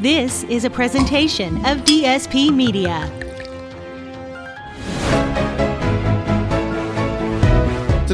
This is a presentation of DSP Media.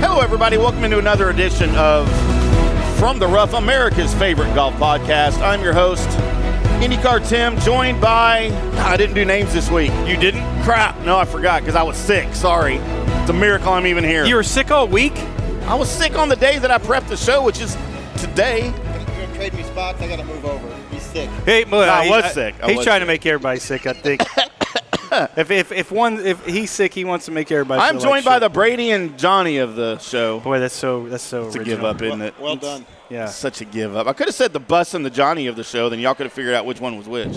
Hello, everybody. Welcome into another edition of From the Rough, America's favorite golf podcast. I'm your host, IndyCar Tim, joined by. I didn't do names this week. You didn't? Crap. No, I forgot because I was sick. Sorry. It's a miracle I'm even here. You were sick all week? I was sick on the day that I prepped the show, which is today. You're gonna trade me spots. I gotta move over. He's sick. Hey, well, I he- was sick. I he's was trying sick. to make everybody sick, I think. if, if, if one if he's sick, he wants to make everybody. I'm feel joined like by shit. the Brady and Johnny of the show. boy. That's so that's so. It's a original. give up, isn't it? Well done. Yeah. Such a give up. I could have said the bus and the Johnny of the show, then y'all could have figured out which one was which.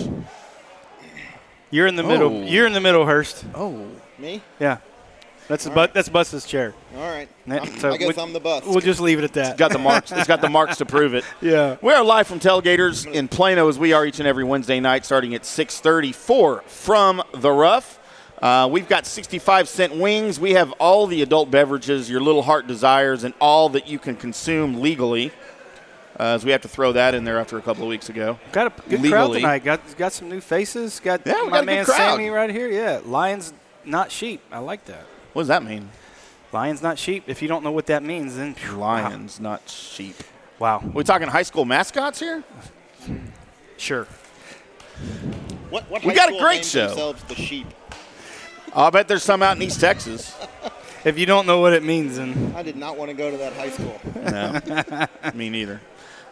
You're in the middle. Oh. You're in the middle, Hurst. Oh. Me? Yeah. That's bu- that's Bus's chair. All right. That- I'm- so I guess would- I'm the bus. We'll just leave it at that. It's got the marks. It's got the marks to prove it. Yeah. We are live from Tailgaters in Plano as we are each and every Wednesday night, starting at 6:34 from the Rough. Uh, we've got 65 cent wings. We have all the adult beverages your little heart desires, and all that you can consume legally. Uh, as we have to throw that in there after a couple of weeks ago. Got a good crowd Legally. tonight. Got got some new faces. Got Yeah, we my got a good man crowd. Sammy right here. Yeah, lions not sheep. I like that. What does that mean? Lions not sheep. If you don't know what that means, then phew, wow. Lions, not sheep. Wow. we talking high school mascots here? Sure. what, what We high got a school great names show. Themselves the sheep. I'll bet there's some out in East Texas. If you don't know what it means, then I did not want to go to that high school. No, me neither.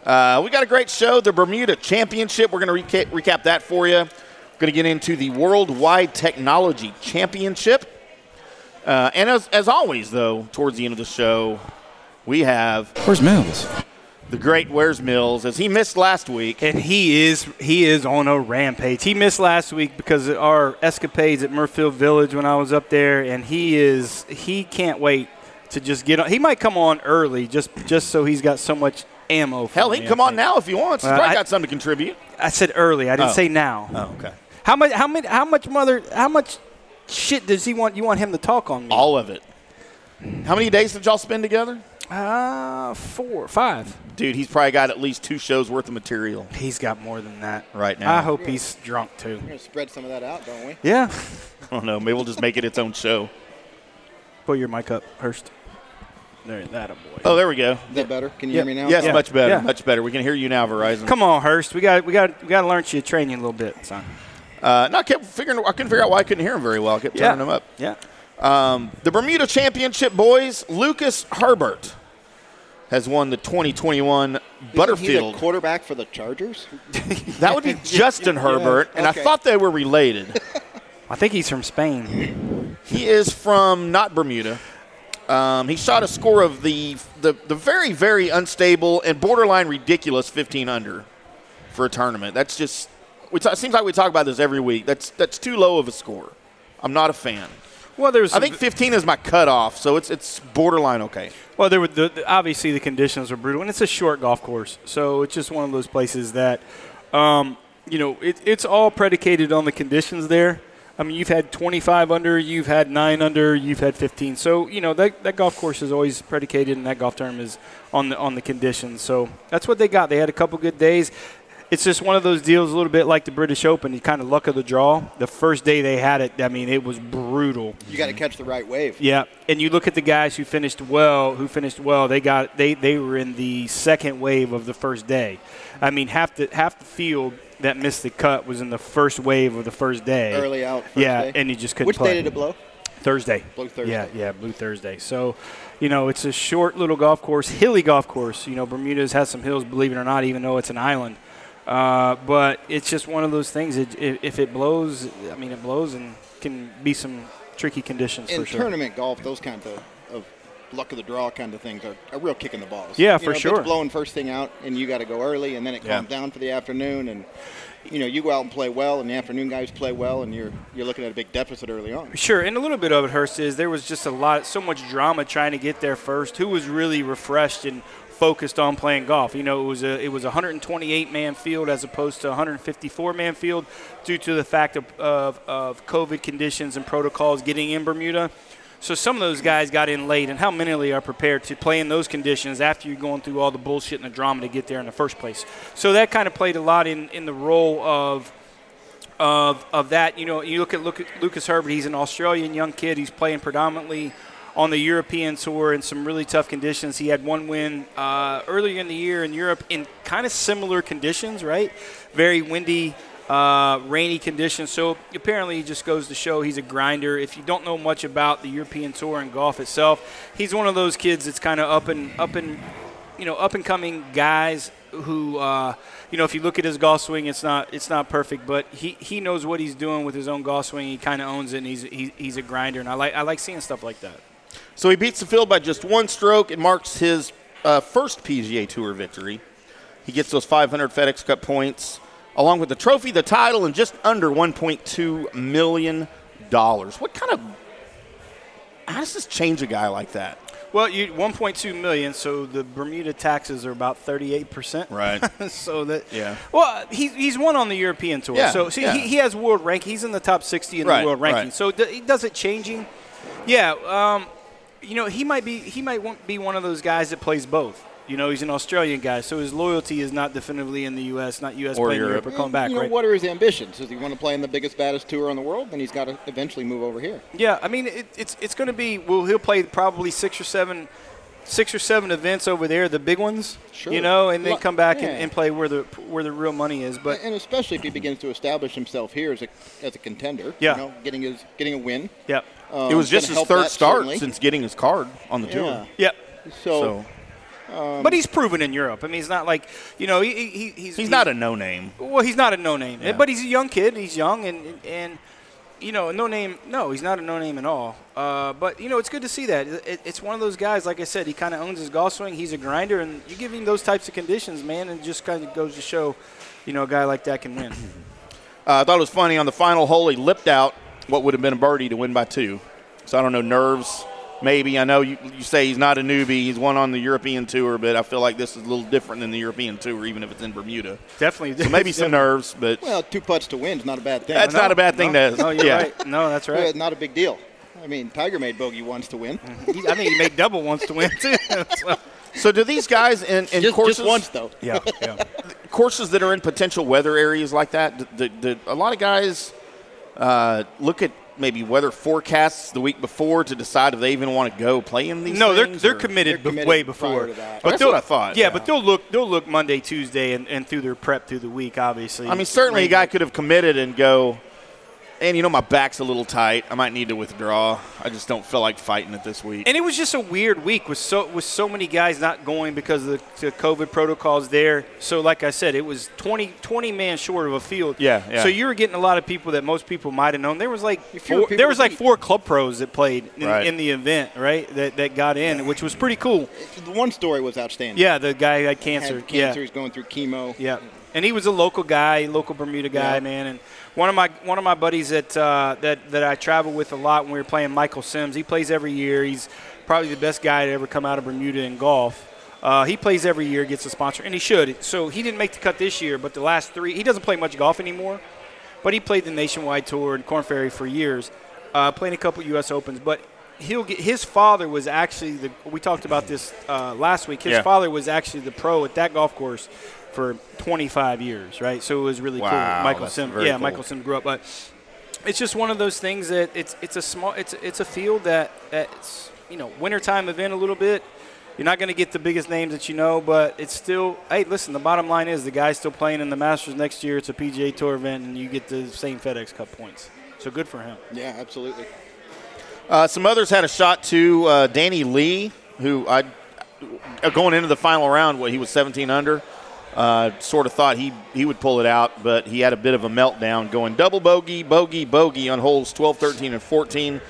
Uh, we got a great show, the Bermuda Championship. We're going to reca- recap that for you. We're going to get into the Worldwide Technology Championship. Uh, and as, as always, though, towards the end of the show, we have Where's Mills? the great Where's Mills, as he missed last week. And he is he is on a rampage. He missed last week because of our escapades at Murfield Village when I was up there, and he is he can't wait to just get on. He might come on early just just so he's got so much ammo. For Hell, he me, can I come on think. now if he wants. He's Well, probably I- got something to contribute. I said early. I didn't Oh. say now. okay. How much how many how much mother how much shit does he want you want him to talk on me? All of it. How many days did y'all spend together? Uh, four five. Dude, he's probably got at least two shows worth of material. He's got more than that Right now. I hope he's drunk too. We're gonna spread some of that out, don't we? Yeah. I don't know. Maybe we'll just make it its own show. Pull your mic up, Hurst. There, that a boy. Oh, there we go. Is that better? Can you Yeah. hear me now? Yes, Yeah. much better, Yeah. much better. We can hear you now, Verizon. Come on, Hurst. We got we got we got to learn you to train you a little bit, son. Uh, no, I kept figuring. I couldn't figure out why I couldn't hear him very well. I kept turning him up. Yeah. Um, the Bermuda Championship boys, Lucas Herbert has won the 2021 Isn't he the Butterfield. quarterback for the Chargers. that would be Justin Herbert, and I okay. thought they were related. I think he's from Spain. He is from not Bermuda. Um, he shot a score of the, the the very very unstable and borderline ridiculous 15 under for a tournament. That's just we talk, seems like we talk about this every week. That's that's too low of a score. I'm not a fan. Well, there was. I think 15 is my cutoff, so it's it's borderline okay. well, there were the, the- obviously the conditions were brutal, and it's a short golf course, so it's just one of those places that, um, you know, it, it's all predicated on the conditions there. I mean, you've had 25 under, you've had nine under, you've had 15. So you know that, that golf course is always predicated, and that golf term is on the on the conditions. So that's what they got. They had a couple good days. it's just one of those deals, a little bit like the British Open, you kind of luck of the draw. The first day they had it, I mean, it was brutal. You got to catch the right wave. Yeah, and you look at the guys who finished well, who finished well. They got they they were in the second wave of the first day. I mean, half the half the field that missed the cut was in the first wave of the first day. Early out. First yeah, day. and you just couldn't Which play. day did it blow? Thursday. Blue Thursday. Yeah, yeah, Blue Thursday. So, you know, it's a short little golf course, hilly golf course. You know, Bermuda's has some hills, believe it or not, even though it's an island. Uh, but it's just one of those things. It, if, if it blows, I mean, it blows and can be some tricky conditions In for sure. tournament golf, those kinds of, of luck of the draw kind of things are a real kick in the balls. Yeah, You for know, if sure. It's blowing first thing out, and you got to go early, and then it Yeah. calms down for the afternoon, and you know you go out and play well, and the afternoon guys play well, and you're you're looking at a big deficit early on. Sure, and a little bit of it, Hurst, is there was just a lot, so much drama trying to get there first. Who was really refreshed and focused on playing golf? You know, it was a it was a 128 man field as opposed to 154 man field due to the fact of, of, of COVID conditions and protocols getting in Bermuda. So some of those guys got in late, and how mentally are prepared to play in those conditions after you're going through all the bullshit and the drama to get there in the first place? So that kind of played a lot in, in the role of of of that. You know, you look at, look at Lucas Herbert. He's an Australian young kid. He's playing predominantly on the European tour in some really tough conditions. He had one win uh, earlier in the year in Europe in kind of similar conditions, right? Very windy. Uh, rainy conditions, so apparently he just goes to show he's a grinder. If you don't know much about the European Tour and golf itself, he's one of those kids that's kind of up and up and you know up and coming guys who uh, you know if you look at his golf swing it's not it's not perfect but he, he knows what he's doing with his own golf swing he kind of owns it and he's he, he's a grinder and I like I like seeing stuff like that So he beats the field by just one stroke and marks his uh, first PGA Tour victory. He gets those 500 FedEx Cup points, along with the trophy, the title, and just under 1.2 million dollars. What kind of how does this change a guy like that? well you 1.2 million so the Bermuda taxes are about 38% Right. so that Yeah. well he's, he's won on the European tour Yeah, so see, yeah. he, he has world rank he's in the top 60 in Right, the world ranking right. so d- does it change him yeah um, you know he might be he might want, be one of those guys that plays both you know he's an Australian guy so his loyalty is not definitively in the U.S. not U.S. Or playing Europe. Europe. or coming back you know, right what are his ambitions? Does he want to play in the biggest, baddest tour in the world? Then he's got to eventually move over here. Yeah, I mean it, it's it's going to be well he'll play probably six or seven, six or seven events over there, the big ones, Sure. you know, and then Well, come back yeah. and, and play where the where the real money is. But and especially if he begins to establish himself here as a as a contender. Yeah. You know, getting his getting a win. yeah, Um, it was gonna just his help third that, start certainly. since getting his card on the Yeah. tour. yeah. So, So but he's proven in Europe. I mean, he's not like you know he, he he's he's not a no name. well he's not a no name, Yeah. but he's a young kid. He's young and and you know no name. No, he's not a no name at all. Uh, but you know it's good to see that. It, it's one of those guys. Like I said, he kind of owns his golf swing. He's a grinder, and you give him those types of conditions, man, and it just kind of goes to show, you know, a guy like that can win. Uh, I thought it was funny on the final hole he lipped out what would have been a birdie to win by two. So I don't know nerves. Maybe I know you, you say he's not a newbie. He's one on the European tour, but I feel like this is a little different than the European tour, even if it's in Bermuda. Definitely. So maybe some nerves, but well, two putts to win is not a bad thing. That's No, not a bad thing no, to- No, you're yeah. right. No, that's yeah, right. not a big deal. I mean, Tiger made bogey once to win. He- I think he made double once to win too. So- so do these guys in, in just, courses just once though. yeah, yeah. courses that are in potential weather areas like that? th th th- a lot of guys uh, look at maybe weather forecasts the week before to decide if they even want to go play in these. No, they're things, they're or- committed, They're b- committed way before. prior to that. That's they'll- what I thought, Yeah, yeah. but they'll look they'll look Monday, Tuesday, and, and through their prep through the week. Obviously, I mean, certainly a Regular. guy could have committed and go, and you know, my back's a little tight. I might need to withdraw. I just don't feel like fighting it this week. And it was just a weird week with so with so many guys not going because of the, the COVID protocols there. So like I said, it was 20, 20 man short of a field. Yeah, yeah. So you were getting a lot of people that most people might have known. There was like Fewer four, people there was to like beat. four club pros that played in, Right. in the event, right? That that got in, which was pretty cool. The one story was outstanding. Yeah, the guy had Had cancer. cancer. Yeah. He's going through chemo. Yeah, and he was a local guy, local Bermuda guy, Yeah. man. And one of my one of my buddies that uh, that that I travel with a lot when we were playing Michael Sims. He plays every year. He's probably the best guy to ever come out of Bermuda in golf. Uh, he plays every year, gets a sponsor, and he should. So he didn't make the cut this year, but the last three, he doesn't play much golf anymore. But he played the nationwide tour in Corn Ferry for years, uh, playing a couple U.S. Opens. But he'll get his father was actually the. We talked about this uh, last week. His Yeah. father was actually the pro at that golf course for 25 years, right? So it was really Wow, cool. Michael that's Sim, very yeah, cool. Michael Sim grew up, but it's just one of those things that it's it's a small it's it's a field that that's you know wintertime event a little bit. You're not going to get the biggest names that you know, but it's still. Hey, listen. The bottom line is the guy's still playing in the Masters next year. It's a PGA Tour event, and you get the same FedEx Cup points. So good for him. Yeah, absolutely. Uh, some others had a shot to uh, Danny Lee, who I uh, going into the final round, what he was 17 under. Uh, sort of thought he he would pull it out, but he had a bit of a meltdown, going double bogey, bogey, bogey on holes 12, 13, and 14.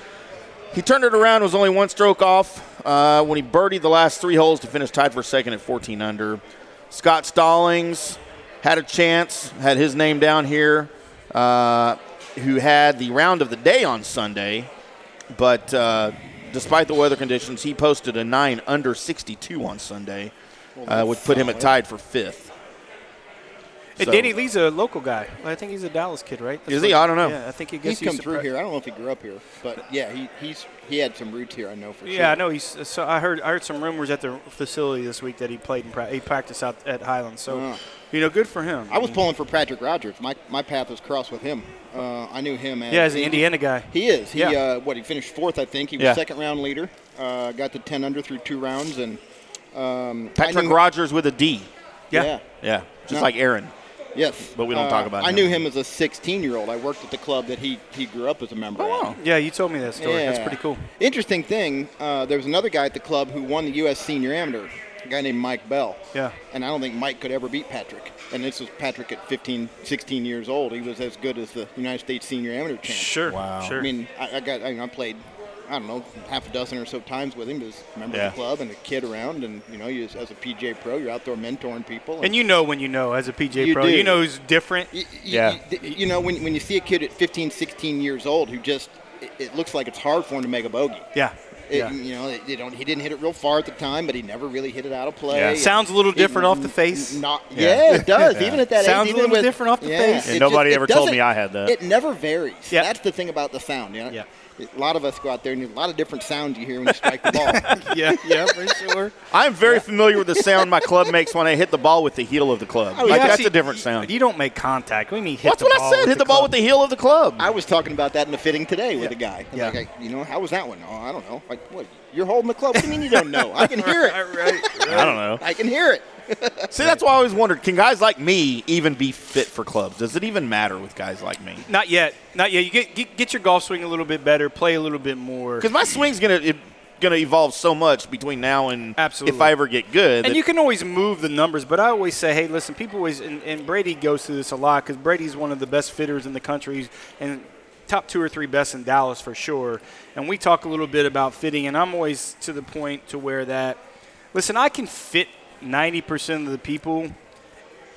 He turned it around, was only one stroke off, uh, when he birdied the last three holes to finish tied for second at 14 under. Scott Stallings had a chance, had his name down here, uh, who had the round of the day on Sunday, but uh, despite the weather conditions, he posted a nine under 62 on Sunday, uh, which put him at tied for fifth. And So- Danny Lee's a local guy. I think he's a Dallas kid, right? Is he? I don't know. Yeah, I think he He's gets come through here. I don't know if he grew up here, but yeah, he, he's he had some roots here. I know for sure. Yeah, I know. He's so I heard I heard some rumors at the facility this week that he played and pra- he practiced out at Highland. So, Yeah. you know, good for him. I was pulling for Patrick Rogers. My my path was crossed with him. Uh, I knew him as Yeah, he's an Indiana guy. He is. He Yeah. uh, what he finished fourth, I think. He was Yeah. second round leader. Uh, got to ten under through two rounds, and Patrick knew- Rogers with a D. Yeah. yeah. Yeah, just No. like Aaron. Yes. But we don't Uh, talk about I him. knew him as a 16 year old. I worked at the club that he, he grew up as a Oh, member at. Yeah, you told me that story. That's Yeah. pretty cool. Interesting thing, uh, there was another guy at the club who won the U.S. Senior Amateur, a guy named Mike Bell. Yeah. And I don't think Mike could ever beat Patrick. And this was Patrick at 15, 16 years old. He was as good as the United States Senior Amateur champ. Sure. Wow. Sure. I mean, I, I got. I, mean, I played. I don't know, half a dozen or so times with him as a member Yeah. of the club and a kid around, and you know, you as, as a PJ pro, you're out there mentoring people. and you know when you know as a PJ You pro, do. you know who's different. Y- y- Yeah. y- th- you know, when, when you see a kid at 15, 16 years old who just, it, it looks like it's hard for him to make a bogey. Yeah. It- yeah. You know, they don't, he didn't hit it real far at the time, but he never really hit it out of play. Yeah. And Sounds a little it different off the n- face. n- Not, yeah. it does. Even at that Sounds a age, little even with, different off the yeah, face. it And nobody it ever told doesn't- me I had that. It never varies. Yeah. That's the thing about the sound. You know? Yeah. A lot of us go out there and a lot of different sounds you hear when you strike the ball. yeah. Yeah. For sure. I'm very familiar with the sound my club makes when I hit the ball with the heel of the club. like, Oh, Yeah, that's see, a different sound. You don't make contact. We mean hit that's the what ball I said. Hit the ball club. with the heel of the club. I was talking about that in the fitting today with a guy. Yeah. Like, I, you know, how was that one? Oh, I don't know. Like, what? You're holding the club. What do you mean you don't know? I can hear it. I don't know. I can hear it. See, that's why I always wondered: Can guys like me even be fit for clubs? Does it even matter with guys like me? Not yet. Not yet. You get, get get your golf swing a little bit better. Play a little bit more. Because my swing's gonna it, gonna evolve so much between now and Absolutely. if I ever get good. And that- you can always move the numbers, but I always say, hey, listen, people always, and, and Brady goes through this a lot because Brady's one of the best fitters in the country He's- and top two or three best in Dallas for sure. And we talk a little bit about fitting, and I'm always to the point to where that, listen, I can fit 90% of the people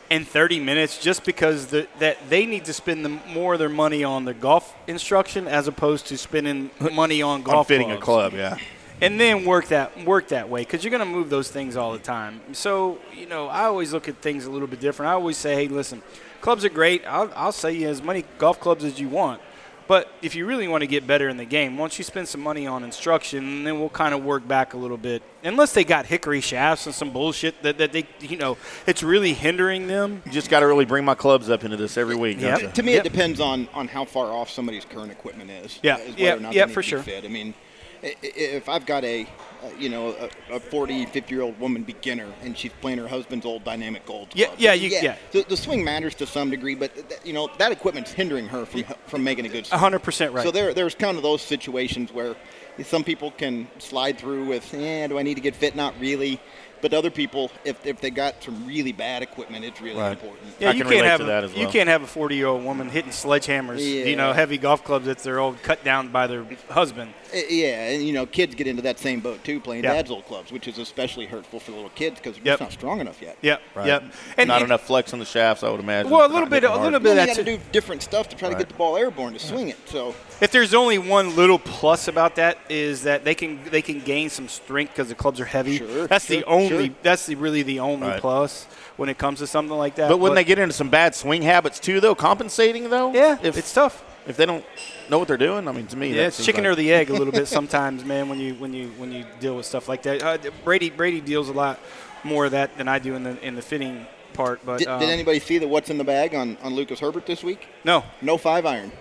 in 30 minutes just because the, that they need to spend the, more of their money on their golf instruction as opposed to spending money on I'm golf fitting clubs a club. Yeah, and then work that work that way because you're going to move those things all the time. So you know, I always look at things a little bit different. I always say, hey, listen, clubs are great. I'll, I'll sell you as many golf clubs as you want, but if you really want to get better in the game, once you spend some money on instruction, then we'll kind of work back a little bit. Unless they got hickory shafts and some bullshit that, that they you know it's really hindering them. you just got to really bring my clubs up into this every week. Yeah. don't you? To me, Yep. it depends on, on how far off somebody's current equipment is. Yeah. is whether Yeah, or not yeah, they need for to be sure. Fit. I mean, i- i- if I've got a, uh, you know, a, a 40, 50 year old woman beginner and she's playing her husband's old dynamic gold Yeah, club. yeah, you- yeah. The, the swing matters to some degree, but th- you know that equipment's hindering her from from making a good. swing. hundred percent Uh-huh. right. So there, there's kind of those situations where some people can slide through with, eh, do I need to get fit? Not really. But other people, if, if they got some really bad equipment, it's really Right. important. Yeah, I you can can't relate have to a, that as You well. can't have a 40 year old woman hitting sledgehammers, you know, Yeah. heavy golf clubs that they're all cut down by their husband. Uh, Yeah, and you know, kids get into that same boat too, playing Yeah. dad's old clubs, which is especially hurtful for little kids because you're Yep. just not strong enough yet. Yep. Right. Yep. Not it- enough flex on the shafts, I would imagine. Well, a little Not bit- hitting a hard. little bit- Well, you that got to too. do different stuff to try to get the ball airborne to swing it. So If there's only one little plus about that is that they can they can gain some strength because the clubs are heavy. Sure, that's the sure, only. sure. That's the really the only Right. plus when it comes to something like that. But when they get into some bad swing habits too, though, compensating though, yeah, if it's tough. if they don't know what they're doing, I mean, to me, Yeah, that it's seems chicken like- or the egg a little bit sometimes, man. When you when you when you deal with stuff like that, uh, Brady Brady deals a lot more of that than I do in the in the fitting part. But did, um, did anybody see the what's in the bag on, on Lucas Herbert this week? no, No five iron.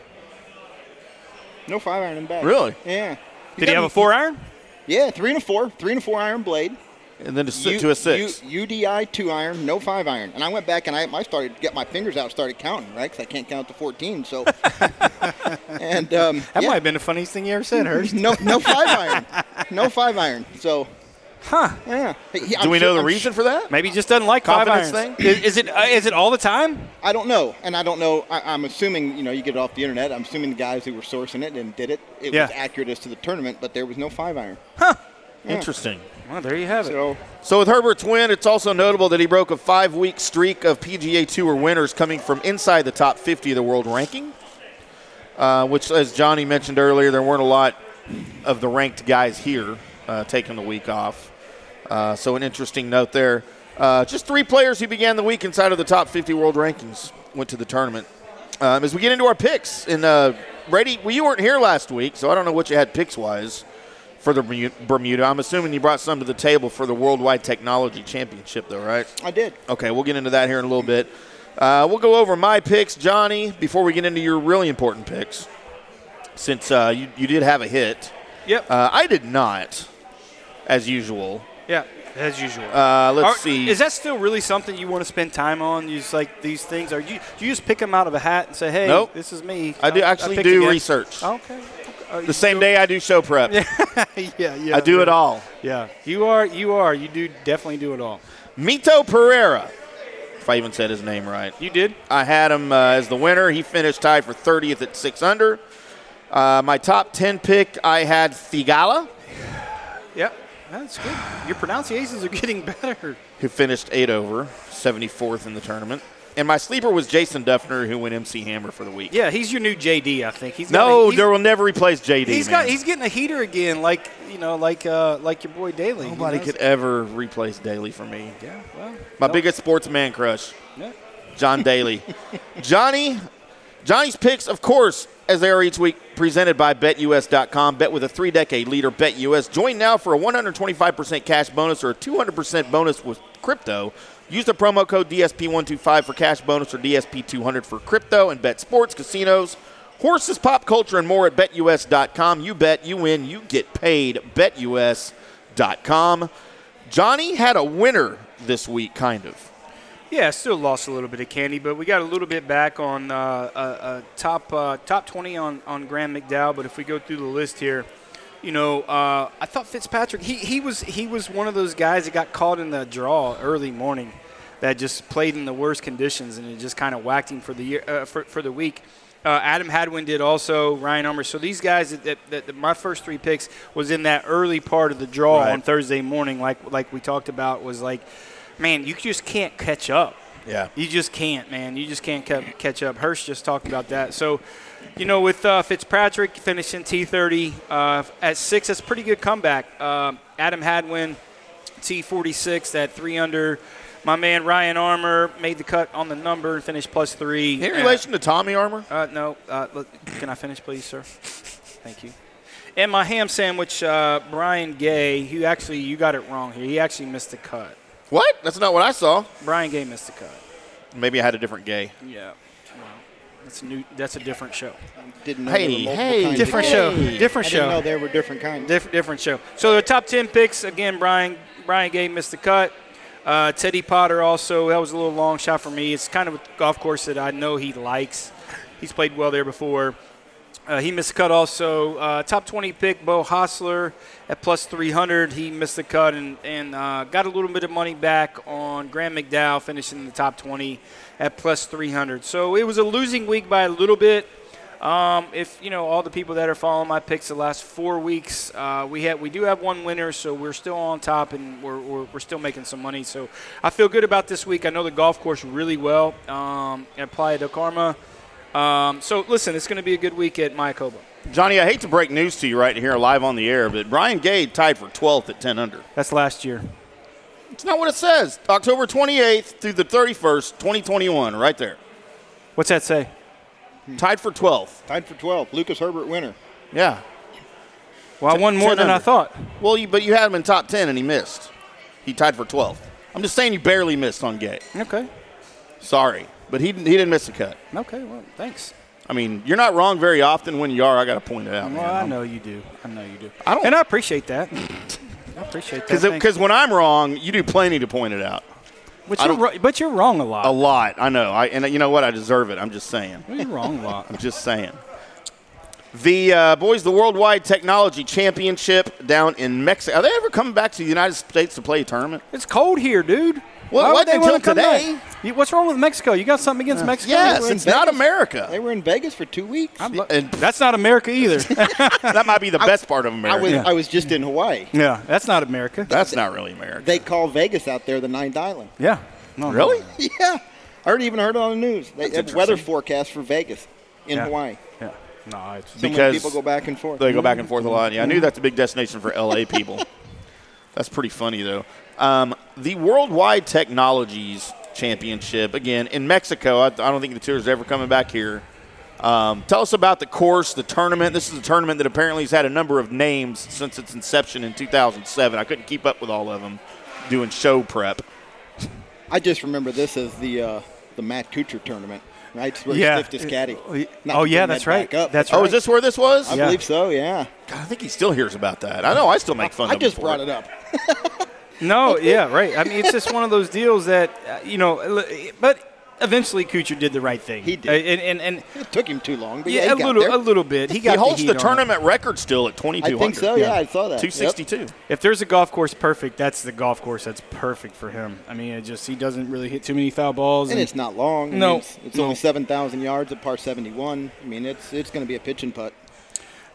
No five iron in the bag. Really? Yeah. did he have a four iron? Yeah, three and a four, three and a four iron blade. and then to, si- U- to a six. U- UDI two iron, no five iron. And I went back and I, I started get my fingers out, and started counting, right? Because I can't count to fourteen. So. and um, That yeah. might have been the funniest thing you ever said, Hurst. no, no five iron. No five iron. So, huh? Yeah. Do we know the reason for that? Maybe he just doesn't like five irons. Confidence thing? Is, is it uh, is it all the time? I don't know, and I don't know. I, I'm assuming you know you get it off the internet. I'm assuming the guys who were sourcing it and did it, it Yeah. was accurate as to the tournament, but there was no five iron. Interesting. Well, there you have it. So So with Herbert's win, it's also notable that he broke a five-week streak of PGA Tour winners coming from inside the top 50 of the world ranking, uh, which, as Johnny mentioned earlier, there weren't a lot of the ranked guys here uh, taking the week off. Uh, so an interesting note there. Uh, just three players who began the week inside of the top 50 world rankings went to the tournament. Um, as we get into our picks, and uh, Brady, well, you weren't here last week, so I don't know what you had picks-wise for the Bermu- Bermuda. I'm assuming you brought some to the table for the Worldwide Technology Championship, though, right? I did. Okay, we'll get into that here in a little bit. Uh, we'll go over my picks, Johnny, before we get into your really important picks, since uh, you, you did have a hit. Yep. Uh, I did not, as usual. yeah. As usual. Uh, let's Are- see. Is that still really something you want to spend time on? You just like these things? Are you do you just pick them out of a hat and say, "Hey, Nope. this is me"? I do actually picked do again. research. Okay. Are you the same day I do show prep. doing- yeah, yeah. I do it all. Yeah, you are. You are. You do definitely do it all. Mito Pereira, if I even said his name right. You did. I had him uh, as the winner. He finished tied for 30th at 6 under. Uh, my top 10 pick, I had Thigala, Yep. That's good. Your pronunciations are getting better. who finished 8 over, 74th in the tournament. And my sleeper was Jason Duffner, who went MC Hammer for the week. Yeah, he's your new JD. I think he's got No, a- he's, there will never replace JD. he's man. got he's getting a heater again, like you know, like uh, like your boy Daly. you Nobody know? could ever replace Daly for me. Yeah. Well. My no, biggest sportsman crush. yeah. John Daly. Johnny, Johnny's picks, of course, as they are each week, presented by BetUS.com. Bet with a three decade leader, BetUS. Join now for a 125% cash bonus or a 200% bonus with crypto. Use the promo code DSP125 for cash bonus or DSP200 for crypto and bet sports, casinos, horses, pop culture, and more at BetUS.com. You bet, you win, you get paid. BetUS.com. Johnny had a winner this week, kind of. Yeah, still lost a little bit of candy, but we got a little bit back on uh, uh, uh, top uh, top 20 on, on Graham McDowell. But if we go through the list here, you know, uh, I thought Fitzpatrick he, he was he was one of those guys that got caught in the draw early morning, that just played in the worst conditions and it just kind of whacked him for the year uh, for, for the week. Uh, Adam Hadwin did also Ryan Armour. So these guys that, that, that, that my first three picks was in that early part of the draw Right. on Thursday morning, like like we talked about, was like, man, you just can't catch up. Yeah. You just can't, man. You just can't ca- catch up. Hirsch just talked about that. So, you know, with uh, Fitzpatrick finishing T30 uh, at six, that's a pretty good comeback. Um Adam Hadwin, T46, that three under. My man Ryan Armour made the cut on the number and finished plus three. In Uh, relation to Tommy Armor? Uh, no. Uh, look, can I finish, please, sir? Thank you. And my ham sandwich, uh, Brian Gay, who actually, you got it wrong here. He actually missed the cut. What? That's not what I saw. Brian Gay missed the cut. Maybe I had a different gay. Yeah. Well, that's a new. That's a different show. Didn't know Hey, there were multiple hey. kinds Different of show. games. Different I didn't show. know there were different kinds. Diff- different show. So the top ten picks again. Brian Brian Gay missed the cut. Uh, Teddy Potter also. That was a little long shot for me. It's kind of a golf course that I know he likes. He's played well there before. Uh, he missed the cut also. Uh, top 20 pick, Bo Hostler at plus 300. He missed the cut and, and uh, got a little bit of money back on Graham McDowell, finishing in the top 20 at plus 300. So it was a losing week by a little bit. Um, if you know all the people that are following my picks the last four weeks, uh, we had we do have one winner, so we're still on top and we're, we're, we're still making some money. So I feel good about this week. I know the golf course really well um, at Playa del Carma. Um, so listen, it's going to be a good week at Mayakoba. Johnny, I hate to break news to you right here live on the air, but Brian Gay tied for 12th at 10 under. That's last year. It's not what it says. October 28th through the 31st, 2021, right there. What's that say? Tied for 12th. Tied for 12. Lucas Herbert winner. Yeah. Well, I won more than I 1000. thought. Well, you, but you had him in top 10 and he missed. He tied for 12th. I'm just saying you barely missed on Gay. Okay. Sorry, but he didn't, he didn't miss a cut. Okay. Well, thanks. I mean, you're not wrong very often when you are. I got to point it out. Well, I know you do. I know you do. I don't- and I appreciate that. I appreciate that. Thank you. Because when I'm wrong, you do plenty to point it out. but, I you're don't- ro- but you're wrong a lot. A lot. I know. I, and you know what? I deserve it. I'm just saying. Well, you're wrong a lot. I'm just saying. The uh, boys, the Worldwide Technology Championship down in Mexico. Are they ever coming back to the United States to play a tournament? It's cold here, dude. Well, Why would it they wasn't until want to come today. back? You- What's wrong with Mexico? You got something against Mexico? Yes, in it's not Vegas. They America. were in Vegas for two weeks. i And That's not America either. that might be the best part of America. was Yeah. I was just in Hawaii. yeah, that's not America. That's not really America. They call Vegas out there the ninth island. yeah. No, no. really? Yeah, I already even heard it on the news. They That's have weather interesting. forecast for Vegas in Yeah. Hawaii. Yeah. No, it's, So many Because people go back and forth. They go back and forth a lot. Yeah, I knew that's a big destination for LA people. that's pretty funny though. Um, the Worldwide Technologies Championship again in Mexico. I, I don't think the tour is ever coming back here. Um, tell us about the course, the tournament. This is a tournament that apparently has had a number of names since its inception in 2007. I couldn't keep up with all of them doing show prep. I just remember this as the uh, the Matt Kuchar tournament, right? Where Yeah. he sniffed his caddy. Oh, yeah, Not to bring that that's right. back up, That's but Oh, right. is this where this was? I Yeah. believe so. Yeah. God, I think he still hears about that. I know. I still make fun of I him. just for brought it up. No, yeah, right. I mean, it's just one of those deals that uh, you know, l- but eventually Kuchar did the right thing. He did. Uh, and and, and It took him too long, but yeah, yeah, a he got little, there. a little bit. He got He holds heat the, on it. tournament record still at 2200. I think so. Yeah, I saw that. 262. If there's a golf course perfect, that's the golf course that's perfect for him. I mean, it just he doesn't really hit too many foul balls. Yep. And it's not long. I mean, No, it's it's no. only seven thousand yards at par seventy-one. I mean, it's it's going to be a pitch and putt.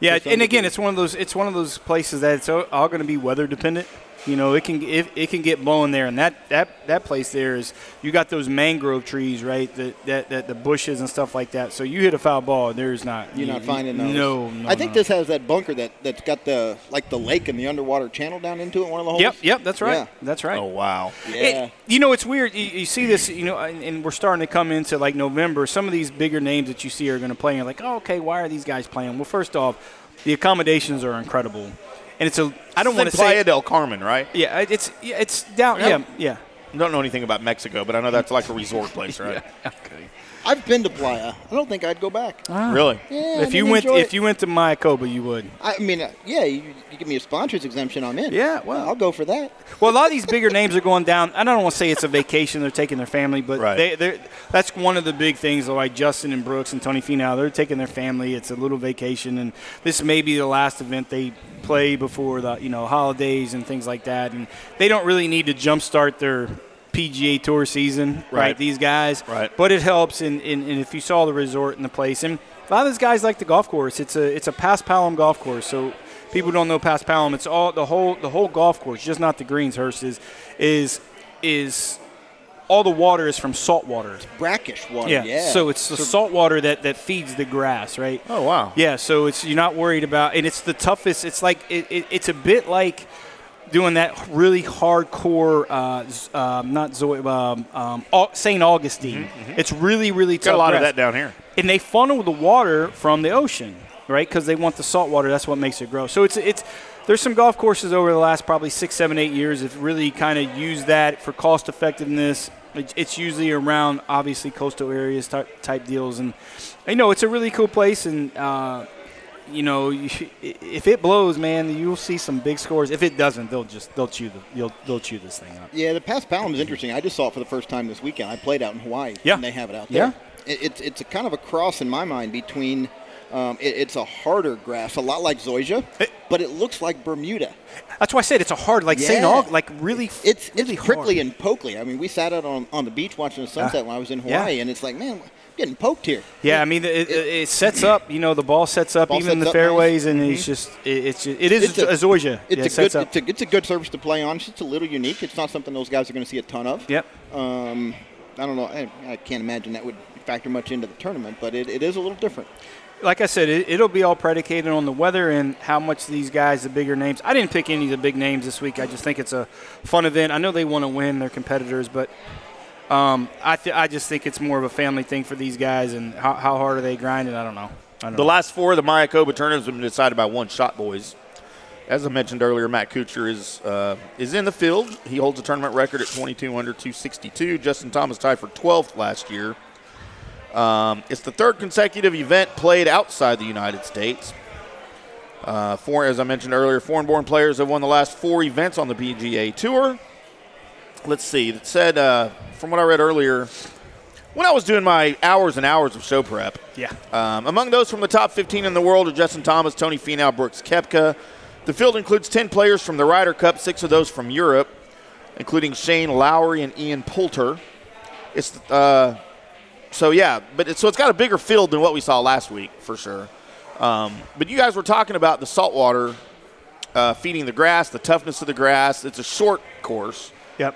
Yeah, to some and again, degree. it's one of those it's one of those places that it's all going to be weather dependent. You know, it can it, it can get blown there, and that, that that place there is you got those mangrove trees, right? That that, that the bushes and stuff like that. So you hit a foul ball, there's not You're not you- finding those. No, no. I think no. this has that bunker that that's got the like the lake and the underwater channel down into it. One of the holes. Yep, yep, that's right. Yeah. That's right. Oh wow. It- Yeah. you know, it's weird. You, you see this, you know, and, and we're starting to come into like November. Some of these bigger names that you see are going to play. And you're like, oh, okay, why are these guys playing? Well, first off, the accommodations are incredible, and it's a. I don't It's want in to Playa say. del Carmen, right? Yeah, it's yeah, it's down. Yeah. Yeah, yeah. I don't know anything about Mexico, but I know that's like a resort place, right? Okay. I've been to Playa. I don't think I'd go back. Really? Yeah, I If you didn't went, enjoy if it. you went to Mayakoba, you would. I mean, uh, yeah, you, you give me a sponsor's exemption, I'm in. Yeah, well. I'll go for that. Well, a lot of these bigger names are going down. I don't want to say it's a vacation; they're taking their family, but Right. they, they're, that's one of the big things. Like Justin and Brooks and Tony Finau, they're taking their family. It's a little vacation, and this may be the last event they play before the you know holidays and things like that. And they don't really need to jumpstart their PGA Tour season, right? Right. These guys, Right. But it helps, and in, in, if you saw the resort and the place, and a lot of these guys like the golf course. It's a it's a past Palom golf course, so people don't know past Palom. It's all the whole the whole golf course, just not the Greenshurst is is is all the water is from salt water. Brackish water. Yeah. Oh, Yeah. So it's the salt water that, that feeds the grass, right? Oh wow. Yeah. So it's you're not worried about, and it's the toughest. It's like it, it, it's a bit like doing that really hardcore, uh, z- um, not Zoe, um, um, Au- Saint Augustine. It's really really Mm-hmm, tough. Got a lot of grass. that down here. And they funnel the water from the ocean, right? Because they want the salt water. That's what makes it grow. So it's it's. There's some golf courses over the last probably six, seven, eight years that really kind of used that for cost effectiveness. It- It's usually around obviously coastal areas type, type deals, and you know it's a really cool place. And uh, you know, you, if it blows, man, you'll see some big scores. If it doesn't, they'll just they'll chew the they'll, they'll chew this thing up. yeah, the past Palom is interesting. I just saw it for the first time this weekend. I played out in Hawaii. Yeah. And they have it out there. Yeah. It, it's it's a kind of a cross in my mind between. Um, it, it's a harder grass, a lot like Zoysia, It- but it looks like Bermuda. That's why I said it's a hard like Saint Yeah. Aug like really f- It's really it's prickly hard. and pokely. I mean, we sat out on, on the beach watching the sunset when I was in Yeah. Hawaii, and it's like, man, I'm getting poked here. yeah, I mean it, it, it sets up. You know, the ball sets up Ball even in the sets up nice. Mm-hmm. fairways, and it's just it, it's just, it is It's a- Azoria. yeah, It's it a sets good up. it's a, it's a good service to play on. It's just a little unique. It's not something those guys are going to see a ton of. yep. Um, I don't know. I, I can't imagine that would factor much into the tournament, but it, it is a little different. like I said, it, it'll be all predicated on the weather and how much these guys, the bigger names. I didn't pick any of the big names this week. I just think it's a fun event. I know they want to win their competitors, but um, I th- I just think it's more of a family thing for these guys and how, how hard are they grinding? I don't know. I don't The know. last four of the Mayakoba tournaments have been decided by one shot boys. As I mentioned earlier, Matt Kuchar is uh, is in the field. He holds a tournament record at 22 under 262. Justin Thomas tied for 12th last year. Um, it's the third consecutive event played outside the United States. Uh, four, as I mentioned earlier, foreign-born players have won the last four events on the PGA Tour. Let's see. It said, uh, from what I read earlier, when I was doing my hours and hours of show prep, yeah. um, among those from the top 15 in the world are Justin Thomas, Tony Finau, Brooks Kepka. The field includes 10 players from the Ryder Cup, six of those from Europe. including Shane Lowry and Ian Poulter. It's uh, so yeah, but it's, so it's got a bigger field than what we saw last week for sure. Um, but you guys were talking about the saltwater uh, feeding the grass, the toughness of the grass. It's a short course. Yep.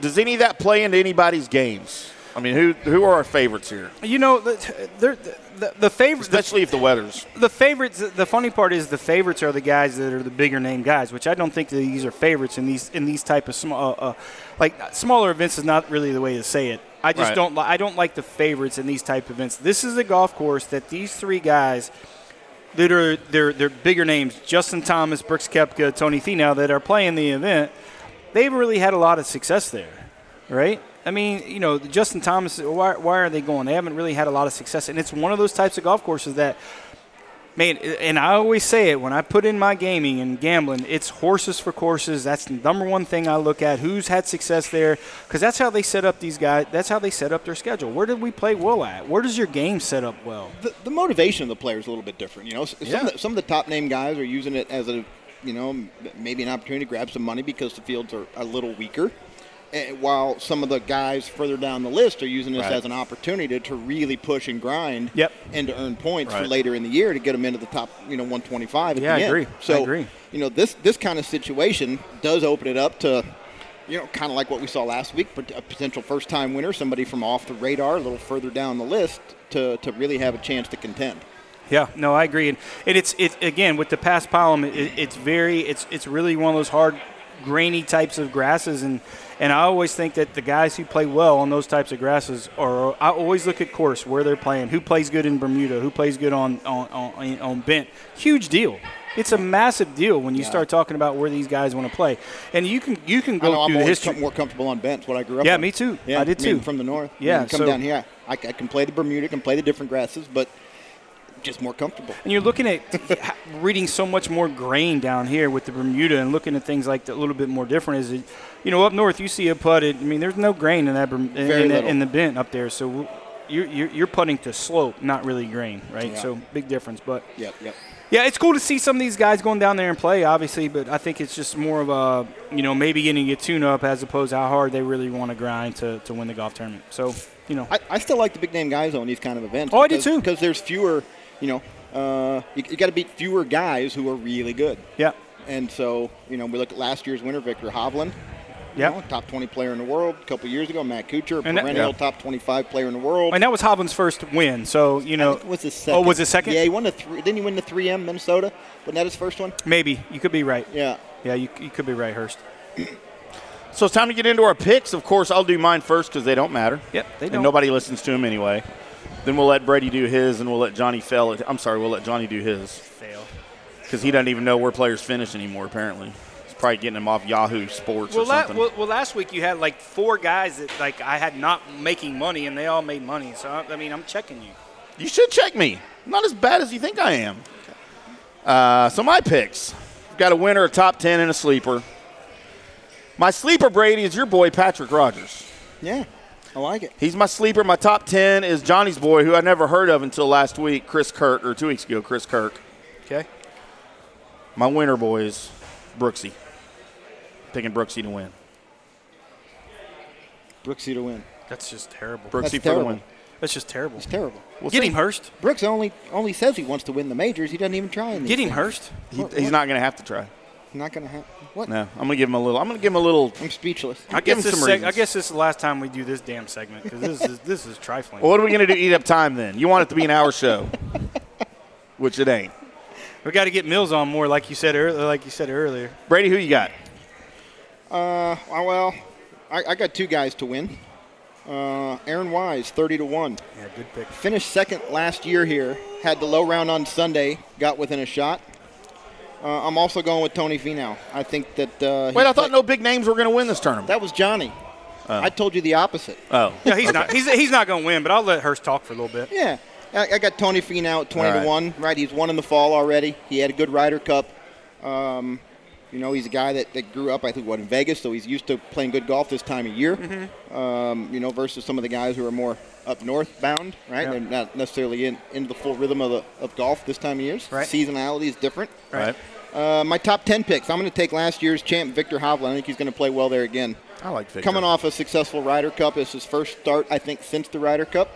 Does any of that play into anybody's games? I mean, who who are our favorites here, You know, the, they're- the, the, the favorites. especially if the weather's the favorites the funny part is the favorites are the guys that are the bigger name guys which i don't think that these are favorites in these in these type of small uh, uh, like smaller events is not really the way to say it i just Right. don't li- i don't like the favorites in these type events this is a golf course that these three guys that are they're, they're bigger names justin thomas brooks kepka tony Finau that are playing the event they've really had a lot of success there, right? I mean, you know, the Justin Thomas, why, why are they going? They haven't really had a lot of success. And it's one of those types of golf courses that, man, and I always say it when I put in my gaming and gambling, it's horses for courses. That's the number one thing I look at. Who's had success there? Because that's how they set up these guys. That's how they set up their schedule. Where did we play well at? Where does your game set up well? the, the motivation of the players is a little bit different. You know, S- some, Yeah. of the, some of the top name guys are using it as a, you know, m- maybe an opportunity to grab some money because the fields are a little weaker. And while some of the guys further down the list are using this Right. as an opportunity to really push and grind Yep. and to earn points for Right. later in the year to get them into the top, you know, 125 at Yeah, the I end. agree. I So, agree. you know, this this kind of situation does open it up to, you know, kind of like what we saw last week, but a potential first time winner, somebody from off the radar, a little further down the list, to, to really have a chance to contend. Yeah, no, I agree, and, and it's it again with the past palm. It, it's very, it's it's really one of those hard, grainy types of grasses, and and I always think that the guys who play well on those types of grasses are. I always look at course where they're playing, who plays good in Bermuda, who plays good on on on, on bent. Huge deal. It's a massive deal when you start talking about where these guys want to play, and you can you can I go know I'm through the always history. com- more comfortable on bent. It's what I grew up. Yeah, on. me too. Yeah, I did mean, too. From the north. Yeah, And come so- down here. I, I can play the Bermuda, can play the different grasses, but just more comfortable. And you're looking at ha- reading so much more grain down here with the Bermuda and looking at things like that a little bit more different. Is it, you know, up north you see a putt. It, I mean, there's no grain in that Berm- in, Very in, the, little. in the bent up there. So w- you're, you're you're putting to slope, not really grain, right? Yeah. So big difference. But Yep, yep. yeah, it's cool to see some of these guys going down there and play, obviously. But I think it's just more of a you know maybe getting a tune up as opposed to how hard they really want to grind to to win the golf tournament. So you know, I, I still like the big name guys on these kind of events. Oh, I do because, too. Because there's fewer, you know, uh, you, you got to beat fewer guys who are really good. yeah, And so, you know, we look at last year's winner, Victor Hovland. you yeah. know, top 20 player in the world. A couple years ago, Matt Kuchar, And that- perennial Yeah. top 25 player in the world. And that was Hovland's first win, so you know. It was his second. Oh, was it second? Yeah, he won the three. Didn't he win the 3M Minnesota? Wasn't that his first one? Maybe you could be right. Yeah. Yeah, you, you could be right, Hurst. So it's time to get into our picks. Of course, I'll do mine first because they don't matter. Yep, they don't. And nobody listens to them anyway. Then we'll let Brady do his, and we'll let Johnny fell. I'm sorry, we'll let Johnny do his Fail. because he doesn't even know where players finish anymore. Apparently, he's probably getting them off Yahoo Sports Well, or la- something. well, well, last week you had like four guys that like I had not making money, and they all made money. So I, I mean, I'm checking you. you should check me. I'm not as bad as you think I am. Uh, so my picks: I've got a winner, a top ten, and a sleeper. My sleeper, Brady, is your boy Patrick Rogers. Yeah. I like it. He's my sleeper. My top 10 is Johnny's boy, who I never heard of until last week, Chris Kirk, or two weeks ago, Chris Kirk. Okay. My winner boy is Brooksy. Picking Brooksy to win. Brooksy to win. That's just terrible. Brooksy for the terrible. win. That's just terrible. It's terrible. We'll Get see. him, Hurst. Brooks only only says he wants to win the majors. He doesn't even try. In these Get him, things. Hurst. He- he's not going to have to try. Not gonna happen. What? No, I'm going to give him a little. I'm going to give him a little. I'm speechless. I give him this some seg- reasons. I guess this is the last time we do this damn segment because this is this is trifling. Well, what are we going to do? Eat up time then? You want it to be an hour show, which it ain't. we got to get Mills on more, like you said earlier. Like you said earlier. Brady, who you got? Uh, well, I, I got two guys to win. Uh, Aaron Wise, thirty to one. Yeah, good pick. Finished second last year here. Had the low round on Sunday. Got within a shot. Uh, I'm also going with Tony Finau. I think that. Uh, he Wait, I thought played- no big names were going to win this tournament. That was Johnny. I told you the opposite. oh, Yeah, he's not. He's he's not going to win, but I'll let Hurst talk for a little bit. Yeah. I, I got Tony Finau at 20 Alright. to 1. Right, he's won in the fall already. He had a good Ryder Cup. Um, you know, he's a guy that, that grew up, I think, what, in Vegas, so he's used to playing good golf this time of year, um, you know, versus some of the guys who are more up north bound, right? Yeah. They're not necessarily in, into the full rhythm of, the, of golf this time of year. Right. Seasonality is different. Right. Uh, my top 10 picks. I'm going to take last year's champ, Victor Hovland. I think he's going to play well there again. I like Victor. Coming off a successful Ryder Cup. It's his first start, I think, since the Ryder Cup.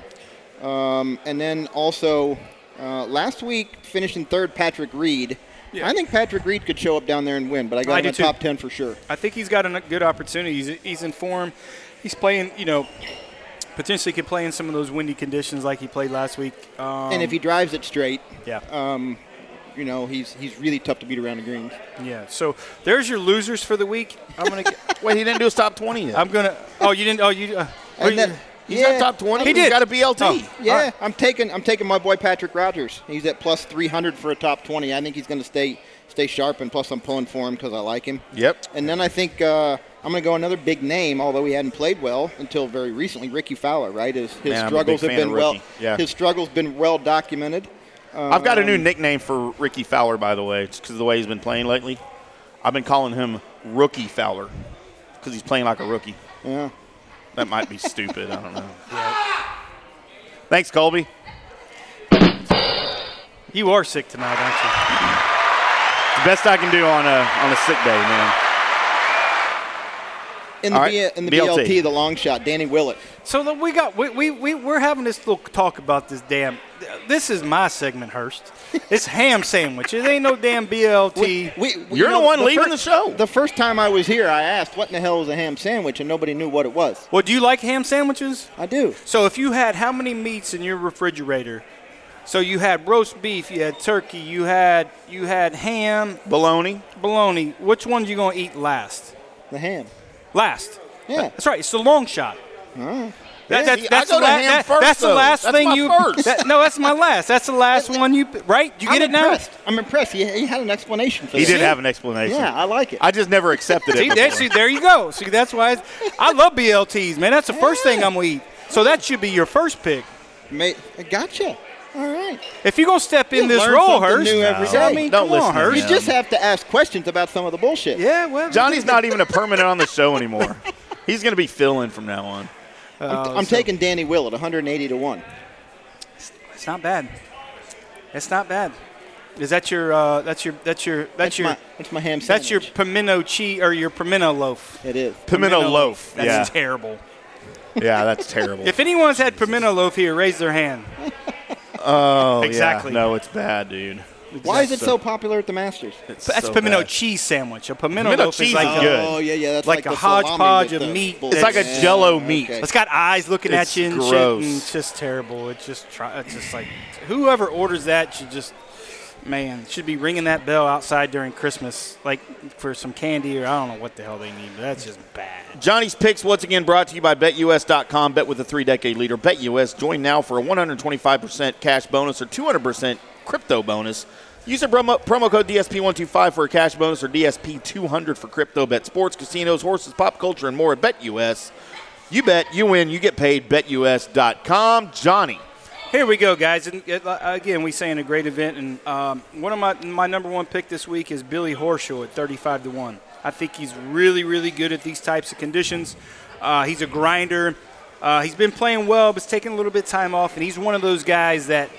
Um, and then also, uh, last week, finishing third, Patrick Reed. Yeah. I think Patrick Reed could show up down there and win, but I got I him do in too. top 10 for sure. I think he's got a good opportunity. He's, he's in form. He's playing, you know, potentially could play in some of those windy conditions like he played last week. Um, uh, and if he drives it straight, yeah. you know, he's he's really tough to beat around the greens. yeah. So there's your losers for the week. I'm going to. Wait, he didn't do his top 20 yet. I'm going to. Oh, you didn't. Oh, you. Uh, oh, you- then- He's yeah, not top 20. He He did. has got a BLT. Oh. Yeah, All right. I'm taking I'm taking my boy Patrick Rogers. He's at plus 300 for a top 20. I think he's going to stay stay sharp, and plus I'm pulling for him because I like him. Yep. And then I think uh, I'm going to go another big name, although he hadn't played well until very recently. Ricky Fowler, right? His, his Man, I'm a struggles big have fan been of well Ricky. Yeah. his struggles been well documented. I've got a new nickname for Ricky Fowler, by the way, just because of the way he's been playing lately. I've been calling him Rookie Fowler because he's playing like a rookie. Yeah. That might be stupid. I don't know. Thanks, Colby. you are sick tonight, aren't The best I can do on a on a sick day, man. In the, All right, B, in the BLT. BLT. the long shot, Danny Willett. you? So look, we got we we we we're having this little talk about this damn. This is my segment, Hurst. It's ham sandwich. It ain't no damn BLT. We, we- You're you know, the one leaving fir- the show. The first time I was here, I asked, "What in the hell is a ham sandwich?" and nobody knew what it was. well, do you like ham sandwiches? I do. So if you had how many meats in your refrigerator? So you had roast beef, you had turkey, you had you had ham, Baloney. bologna. Which one you gonna eat last? The ham. Last. Yeah. That's right. It's the long shot. That, that, Mm. Yeah, that's I go the to la- ham that- first, that's the though. last That's thing my you. first. that- no, that's my last. That's the last one you. Right? You get I'm it now? impressed. I'm impressed. He, he had an explanation for He that. did have an explanation. Yeah, I like it. I just never accepted it. See, there, see, before. there you go. See, that's why it's, I love BLTs, man. That's the first thing I'm gonna eat. So that should be your first pick. Ma- gotcha. All right. If you're gonna step in You this learn role, something Hurst. new every so, I day. mean, Don't come on, listen to Hurst. You Yeah. just have to ask questions about some of the bullshit. Yeah, well, Johnny's not even a permanent on the show anymore. He's going to be filling from now on. I'm, Oh, I'm taking Danny Willett, 180 to one. It's not bad. It's not bad. Is that your? Uh, that's your. That's your. That's, That's your. my, that's my ham that's sandwich. your pimento cheese or your pimento loaf. It is. Pimento loaf. That's yeah. terrible. yeah, that's terrible. If anyone's had pimento loaf here, raise their hand. Oh, yeah. Exactly. No, it's bad, dude. Why is it so popular at the Masters? It's That's so pimento bad. cheese sandwich. A pimento, Pimento loaf cheese is like is a- good. Oh yeah, yeah. That's Like like, a the salami hodgepodge with of the meat bullshit. It's like a Yeah, Jell-O meat. okay. It's got eyes looking It's at you and gross. shit. And it's just terrible. It's just try. It's just like whoever orders that should just man should be ringing that bell outside during Christmas, like for some candy or I don't know what the hell they need. But that's just bad. Johnny's Picks, once again, brought to you by BetUS.com. Bet with a three decade leader. BetUS. Join now for a 125% cash bonus or 200% crypto bonus. Use the promo, promo code DSP125 for a cash bonus or DSP200 for crypto. Bet sports, casinos, horses, pop culture, and more at BetUS. You bet, you win, you get paid. BetUS.com. Johnny. Here we go, guys. And uh, again, we saying a great event. And um, one of my my number one pick this week is Billy Horschel at 35 to one. I think he's really really good at these types of conditions. Uh, he's a grinder. Uh, he's been playing well, but it's taking a little bit of time off. And he's one of those guys that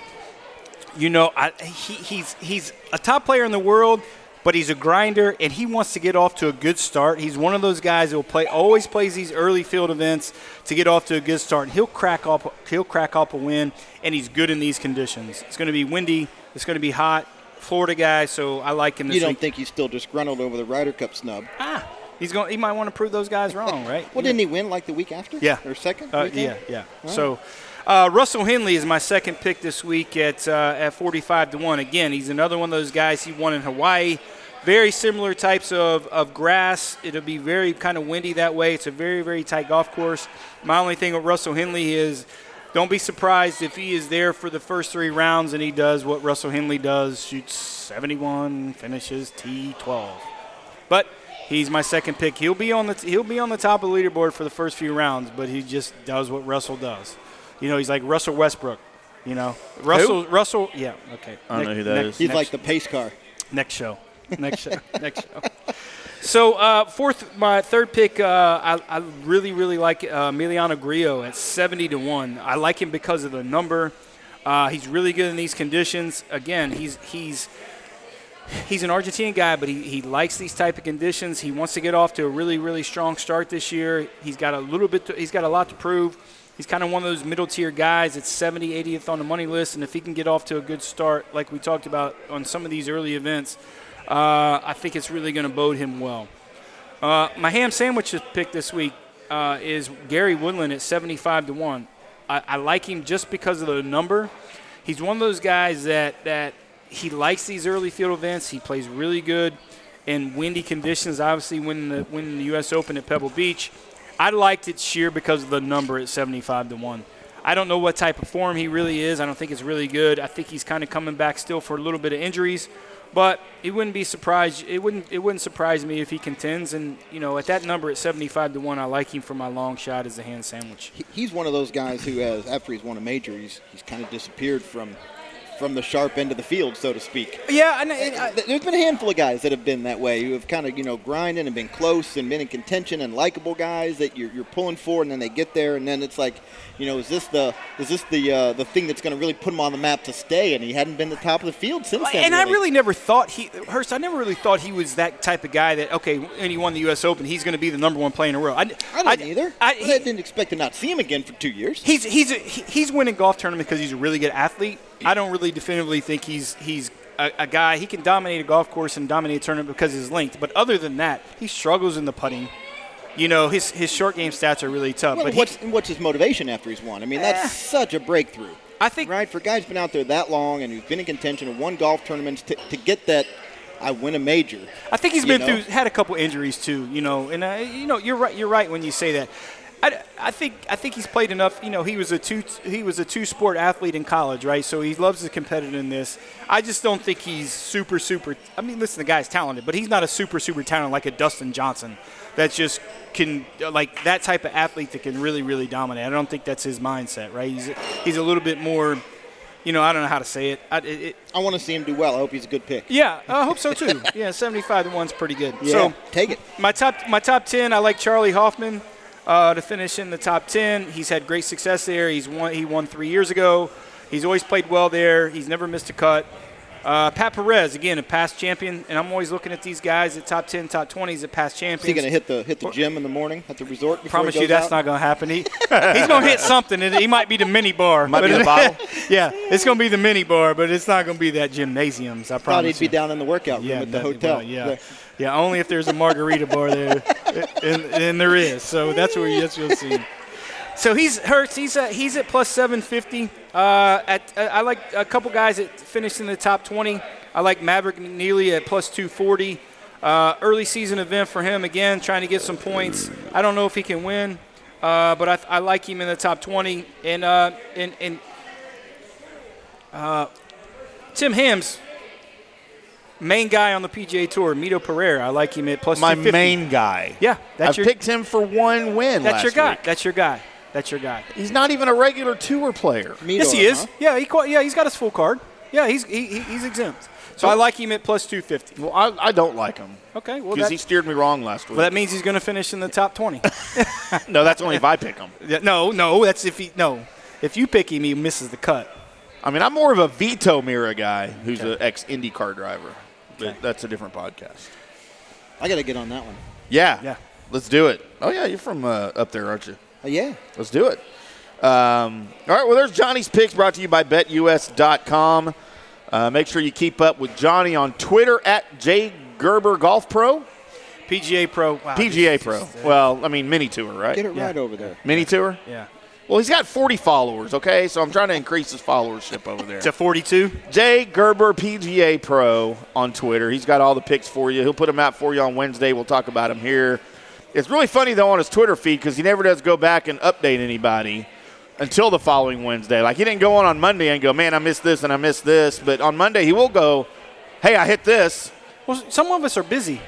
you know, I, he, he's he's a top player in the world, but he's a grinder, and he wants to get off to a good start. He's one of those guys that will play always plays these early field events to get off to a good start. And he'll crack up he'll crack up a win, and he's good in these conditions. It's going to be windy. It's going to be hot. Florida guy, so I like him this You don't week. think he's still disgruntled over the Ryder Cup snub? ah, he's going. He might want to prove those guys wrong, right? Well, didn't he win like the week after? Yeah. Or second? Uh, week yeah, after? yeah. So, uh, Russell Henley is my second pick this week at uh, at 45 to one. Again, he's another one of those guys. He won in Hawaii. Very similar types of, of grass. It'll be very kind of windy that way. It's a very very tight golf course. My only thing with Russell Henley is. Don't be surprised if he is there for the first three rounds and he does what Russell Henley does shoots 71, finishes T12 but he's my second pick. He'll be on the he'll be on the top of the leaderboard for the first few rounds, but he just does what Russell does. You know, he's like Russell Westbrook. You know, Russell Russell. Yeah, okay. I don't know who that is. He's like the pace car. Next show. Next show. Next show. So uh, fourth, my third pick, uh, I, I really, really like uh, Emiliano Grillo at 70 to one. I like him because of the number. Uh, he's really good in these conditions. Again, he's he's he's an Argentinian guy, but he, he likes these type of conditions. He wants to get off to a really really strong start this year. He's got a little bit. To, he's got a lot to prove. He's kind of one of those middle tier guys that's 70, 80th on the money list, and if he can get off to a good start, like we talked about on some of these early events, uh, I think it's really going to bode him well. Uh, my ham sandwich pick this week uh, is Gary Woodland at 75 to 1. I, I like him just because of the number. He's one of those guys that, that he likes these early field events. He plays really good in windy conditions, obviously, winning the, winning the U.S. Open at Pebble Beach. I liked it sheer because of the number at 75 to 1. I don't know what type of form he really is. I don't think it's really good. I think he's kind of coming back still for a little bit of injuries, but it wouldn't be surprised. It wouldn't. It wouldn't surprise me if he contends. And you know, at that number at 75 to one, I like him for my long shot as a hand sandwich. He- He's one of those guys who has, after he's won a major, he's, he's kind of disappeared from from the sharp end of the field, so to speak. Yeah, and And, uh, th- There's been a handful of guys that have been that way, who have kind of, you know, grinded and been close and been in contention and likable guys that you're, you're pulling for, and then they get there, and then it's like, you know, is this the is this the uh, the thing that's going to really put him on the map to stay? And he hadn't been the top of the field since then. and I really never thought he Hurst. I never really thought he was that type of guy that okay, and he won the U.S. Open, he's going to be the number one player in the world. I, I didn't either. I, I, he- didn't expect to not see him again for two years. He's he's a, he- he's winning golf tournament because he's a really good athlete. I don't really definitively think he's he's a, a guy. He can dominate a golf course and dominate a tournament because he's linked. But other than that, he struggles in the putting. You know, his his short game stats are really tough. Well, but he- what's, and what's his motivation after he's won? I mean, that's Eh. such a breakthrough. I think right for a guy who's been out there that long and who's been in contention and won golf tournaments to, to get that, I win a major. I think he's you been know? through had a couple injuries too. You know, and uh, you know you're right. You're right when you say that. I, I think I think he's played enough. You know, he was a two he was a two sport athlete in college, right? So he loves the competitiveness. I just don't think he's super super. I mean, listen, the guy's talented, but he's not a super super talent like a Dustin Johnson. That's just can like that type of athlete that can really really dominate. I don't think that's his mindset, right? He's he's a little bit more. You know, I don't know how to say it. I, it, it I want to see him do well. I hope he's a good pick. yeah, I hope so too. yeah, seventy-five to one's pretty good. Yeah, So take it. my top my top ten. I like Charlie Hoffman uh, to finish in the top ten. He's had great success there. He's won he won three years ago. He's always played well there. He's never missed a cut. Uh, Pat Perez again, a past champion, and I'm always looking at these guys at top ten, top twenties, at past champions. Is he going to hit the hit the gym in the morning at the resort? Before Promise he you goes that's out? not gonna happen. He, he's gonna hit something. and He might be the mini bar. Might be but- the bottle. yeah, it's gonna be the mini bar, but it's not gonna be that gymnasiums. I Thought promise. he'd be you. down in the workout room Yeah, at the nothing- hotel. well, yeah, There. yeah. Only if there's a margarita bar there, and, and there is. So that's where you, that's what you'll see. him. So he's hurts. He's at, he's at plus 750. Uh, at uh, I like a couple guys that finished in the top 20. I like Maverick McNeely at plus 240. Uh, early season event for him again, trying to get some points. I don't know if he can win, uh, but I, I like him in the top 20. And uh, and and uh, Tim Hams, main guy on the PGA Tour, Mito Pereira. I like him at plus My 250. main guy. Yeah, that's I've your- picked him for one win. That's last your guy. week. That's your guy. That's your guy. He's not even a regular tour player. Meador, yes, he is. huh? Yeah, he qual- yeah he's got his full card. Yeah, he's he, he- he's exempt. So I like him at plus two fifty. Well, I, I don't like him Okay, well because that, he steered me wrong last week. well that means he's going to finish in the top twenty. no, that's only if I pick him. Yeah, no, no, that's if he no. If you pick him, he misses the cut. I mean, I'm more of a Vito Mira guy, who's an ex IndyCar driver. But that's a different podcast. I got to get on that one. Yeah. Yeah. Let's do it. Oh yeah, you're from uh, up there, aren't you? Uh, yeah. Let's do it. Um, all right. Well, there's Johnny's picks brought to you by BetUS.com. Uh, make sure you keep up with Johnny on Twitter at Jay Gerber Golf Pro, PGA Pro. Wow, PGA Ah, this- Pro. this- Well, I mean, mini tour, right? Get it Yeah. right over there. Mini tour. yeah. Well, he's got 40 followers. Okay, so I'm trying to increase his followership over there. To forty-two. Jay Gerber, PGA Pro on Twitter. He's got all the picks for you. He'll put them out for you on Wednesday. We'll talk about them here. It's really funny, though, on his Twitter feed because he never does go back and update anybody until the following Wednesday. Like, he didn't go on on Monday and go, man, I missed this and I missed this. But on Monday, he will go, hey, I hit this. Well, some of us are busy.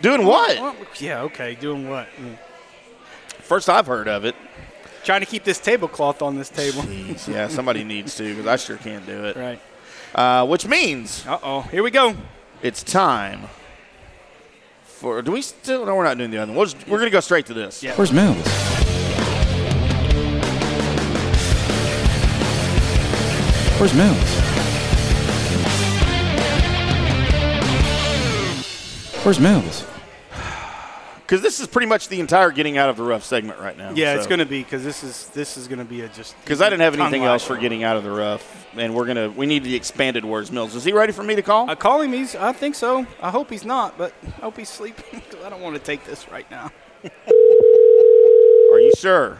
Doing what? Yeah. Okay. Doing what? Mm. First I've heard of it. Trying to keep this tablecloth on this table. Yeah, somebody needs to because I sure can't do it. right. Uh, which means Uh oh. Here we go. it's time for. Do we still? No, we're not doing the other one. We'll just- We're going to go straight to this. Yeah. Where's Mel? Where's Mel? Where's Mills? Because this is pretty much the entire getting out of the rough segment right now. Yeah, it's going to be because this is this is going to be a just Because I didn't have anything tongue else for lash. getting out of the rough, and we're gonna we need the expanded words. Mills, is he ready for me to call? I Uh, call him. He's. I think so. I hope he's not, but I hope he's sleeping 'cause I don't want to take this right now. Are you sure?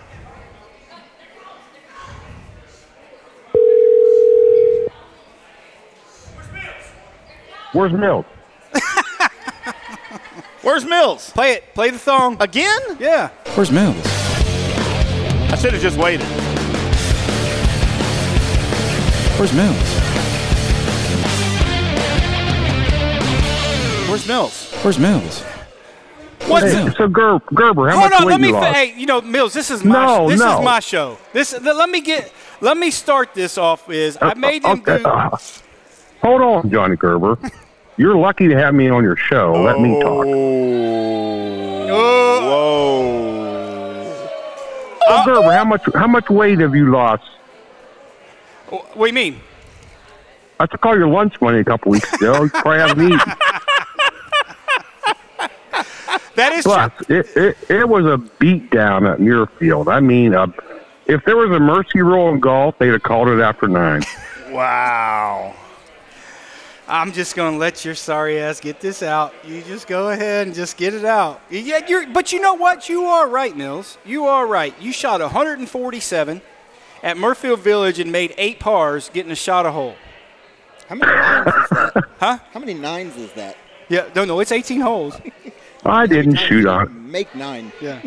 Where's Mills? Where's Mills Play it. Play the song. again? Yeah. Where's Mills? I should have just waited. Where's Mills? Where's Mills? Where's Mills? What's Hey, so Ger- Gerber, how Hold much on, weight let me. you Fi- lost? hey, you know, Mills, this is my. No, sh- this no. is my show. This. th- let me get. Let me start this off. Is I made him Okay, do. uh, hold on, Johnny Gerber. You're lucky to have me on your show. Let me Oh. talk. Oh. So Gerber, how much how much weight have you lost? Wh- What do you mean? I took all your lunch money a couple weeks ago. You probably haven't eaten. That is. Plus, it, it, it was a beat down at Muirfield. I mean, uh, if there was a mercy rule in golf, they'd have called it after nine. Wow. I'm just gonna let your sorry ass get this out. You just go ahead and just get it out. Yeah, you're, but you know what? You are right, Mills. You are right. You shot 147 at Murfield Village and made eight pars, getting a shot a hole. How many nines is that? Huh? How many nines is that? Yeah, no, no, it's 18 holes. I didn't shoot on it. Make nine. Yeah,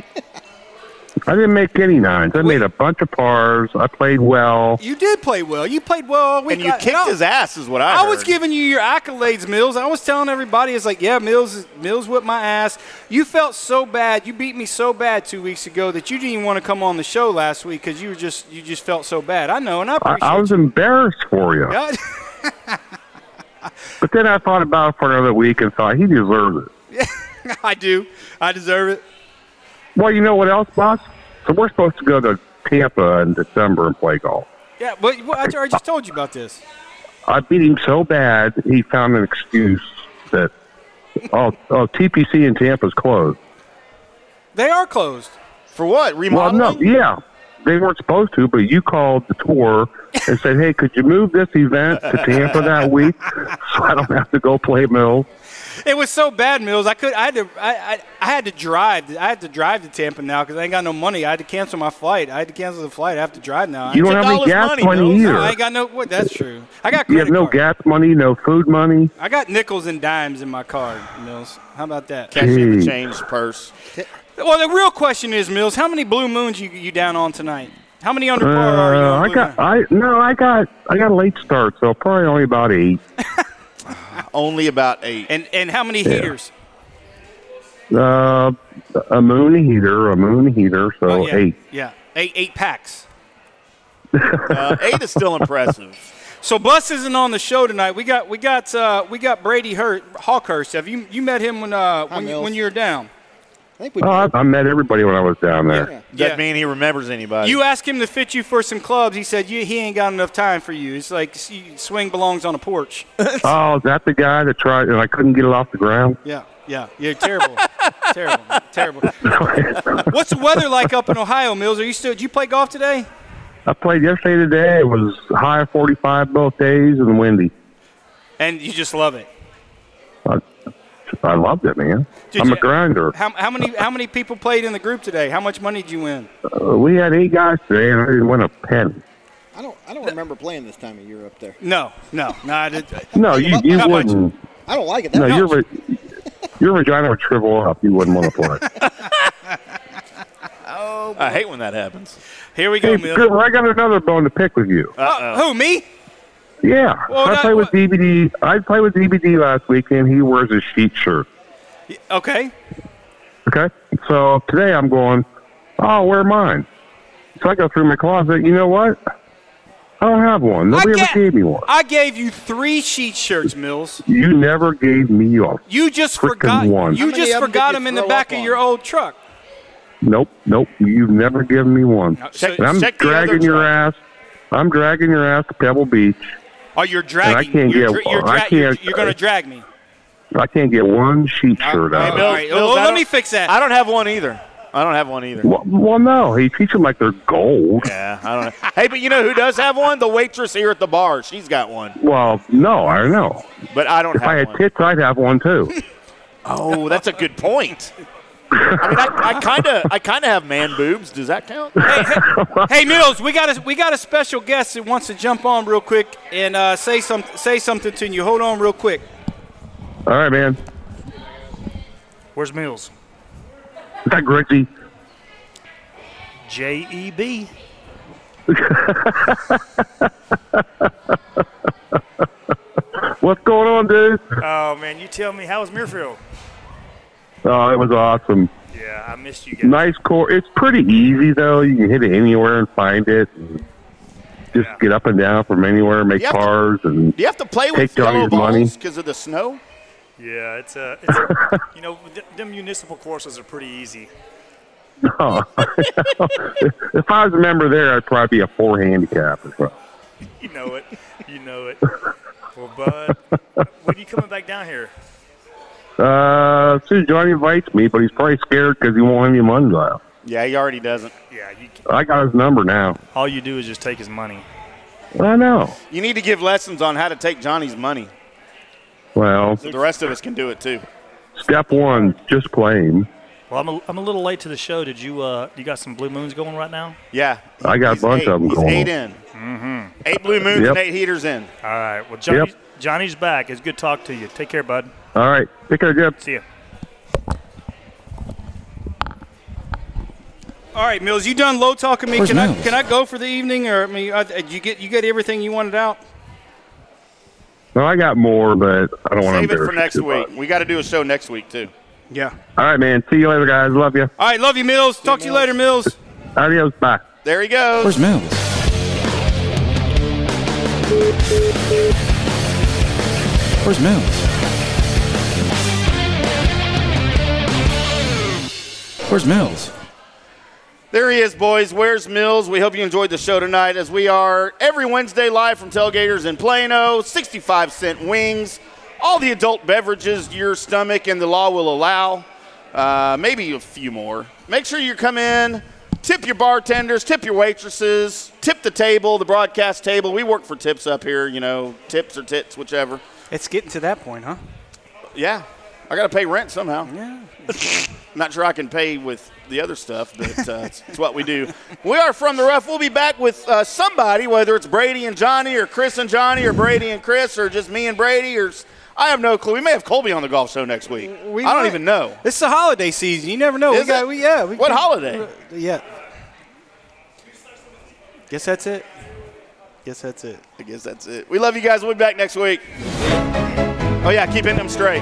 I didn't make any nines. I made a bunch of pars. I played well. you did play well. You played well all week. And you I- kicked no, his ass, is what I. I was heard. giving you your accolades, Mills. I was telling everybody, it's like, yeah, Mills, Mills whipped my ass. You felt so bad. You beat me so bad two weeks ago that you didn't even want to come on the show last week because you were just, you just felt so bad. I know, and I I, appreciate. I was you. embarrassed for you. God. But then I thought about it for another week and thought he deserves it. I do. I deserve it. Well, you know what else, boss? So we're supposed to go to Tampa in December and play golf. Yeah, but well, I, I just told you about this. I beat him so bad he found an excuse that oh, oh TPC in Tampa's closed. They are closed. for what Well, remodeling. no, yeah, they weren't supposed to, but you called the tour and said, "Hey, could you move this event to Tampa that week so I don't have to go play mill?" It was so bad, Mills. I could. I had to. I, I, I had to drive. I had to drive to Tampa now because I ain't got no money. I had to cancel my flight. I had to cancel the flight. I have to drive now. I- You don't took have all any his gas money, money, Bill. either. I ain't got no. What? That's true. I got. you have Credit no card. gas money, no food money. I got nickels and dimes in my card, Mills. How about that? Cash in the Jeez. change purse. Well, the real question is, Mills, how many blue moons you you down on tonight? How many under Uh, par are you on I blue got, moon? I no, I got, I got a late start, so probably only about eight. Only about eight. and and how many heaters? Uh, a moon heater, a moon heater, so Oh, yeah. eight. Yeah, eight eight packs. Uh, eight is still impressive. So Bus isn't on the show tonight. We got we got uh, we got Brady Hurt Hawkhurst. Have you you met him when uh when, you, Mills. when you were down? I think we. Oh, I, I met everybody when I was down there. Yeah. Doesn't mean he remembers anybody. You asked him to fit you for some clubs. He said you, he ain't got enough time for you. It's like see, swing belongs on a porch. Oh, is that the guy that tried and I couldn't get it off the ground? Yeah, yeah, you're terrible, terrible, terrible. What's the weather like up in Ohio, Mills? Are you still? Did you play golf today? I played yesterday today. It was high of 45 both days and windy. And you just love it. I, I loved it, man. Did I'm you- a grinder. How, how many how many people played in the group today? How much money did you win? Uh, we had eight guys today and I didn't win a penny. I don't. I don't remember playing this time of year up there. No, no, no. I did. No, you, you How much? wouldn't. I don't like it. That No, much. your, va- your vagina would shrivel up. You wouldn't want to play. I hate when that happens. Here we go, hey, Mills. Cooper, I got another bone to pick with you. Uh, who me? Yeah, Well, I that- played with DVD. I played with DVD last weekend. He wears a sheet shirt. Okay. Okay, so today I'm going. Oh, I'll wear mine. So I go through my closet. You know what? I don't have one. Nobody I ever ga- gave me one. I gave you three sheet shirts, Mills. you never gave me a. You just Frickin' forgot. one. How You many just of 'em did forgot you them in the throw back up of on? your old truck. Nope, nope. You've never given me one. So- And I'm check the other dragging your ass. I'm dragging your ass to Pebble Beach. oh, you're dragging. can't you're get- dra- you're, I dra- you're, can't- you're going to drag me. I can't get one sheet shirt Hey, out. Mills, All right, Mills, well, I let don't- me fix that. I don't have one either. I don't have one either. Well, well, no, he teach them like they're gold. Yeah, I don't know. hey, but you know who does have one? The waitress here at the bar. She's got one, Well, no, I don't know. but I don't If have I had one. tits, I'd have one too. Oh, that's a good point. I mean, I kind of, I kind of have man boobs. Does that count? hey, hey- hey, Mills, we got a we got a special guest that wants to jump on real quick and uh, say some say something to you. Hold on, real quick. All right, man. Where's Mills? Is that Grigsy? J E B. What's going on, dude? Oh man, you tell me. How was Muirfield? Oh, it was awesome. Yeah, I missed you guys. Nice core. It's pretty easy though. You can hit it anywhere and find it. And just Yeah. get up and down from anywhere, make Yep. pars, and Do you have to play with Take all yellow your money. balls because of the snow? Yeah, it's a. It's a you know, th- them municipal courses are pretty easy. oh. if I was a member there, I'd probably be a four handicap as well. You know it. You know it. Well, Bud, when are you coming back down here? Uh, see, Johnny invites me, but he's probably scared because he won't have any money left. Yeah, he already doesn't. Yeah, you, I got his number now. all you do is just take his money. I know. You need to give lessons on how to take Johnny's money. Well, So the rest of us can do it too. step one, just claim. Well, I'm a, I'm a little late to the show. Did you uh you got some blue moons going right now? Yeah, he- I got a he's bunch eight. of 'em He's going eight on. in. Mm-hmm. Eight blue moons Yep. and eight heaters in. All right. Well, Johnny, Yep. Johnny's back. It's good talk to you. Take care, bud. All right, take care, Jeff. See ya. All right, Mills, you done low talking me? Where's Can I Mills? can I go for the evening, or I mean, I, uh, you get you get everything you wanted out? Well, I got more, but I don't want to Save it embarrass for next you too week. much. We got to do a show next week too. Yeah. All right, man. See you later, guys. Love you. All right, love you, Mills. Talk to you later, Mills. Adios. Bye. There he goes. Where's Mills? Where's Mills? Where's Mills? There he is, boys. Where's Mills? We hope you enjoyed the show tonight as we are every Wednesday live from Tailgaters in Plano. 65 cent wings, all the adult beverages your stomach and the law will allow, uh, maybe a few more. Make sure you come in, tip your bartenders, tip your waitresses, tip the table, the broadcast table. We work for tips up here, you know, tips or tits, whichever. It's getting to that point, huh? Yeah, I got to pay rent somehow. Yeah. Not sure I can pay with the other stuff, but uh, it's, it's what we do. We are from the rough. We'll be back with uh, somebody, whether it's Brady and Johnny, or Chris and Johnny, or Brady and Chris, or just me and Brady, or s- I have no clue. We may have Colby on the golf show next week. We I don't might. even know. It's the holiday season. You never know. Is we got it? we yeah. We What holiday? Yeah. Guess that's it. Guess that's it. I guess that's it. We love you guys. We'll be back next week. Oh yeah, keep hitting them straight.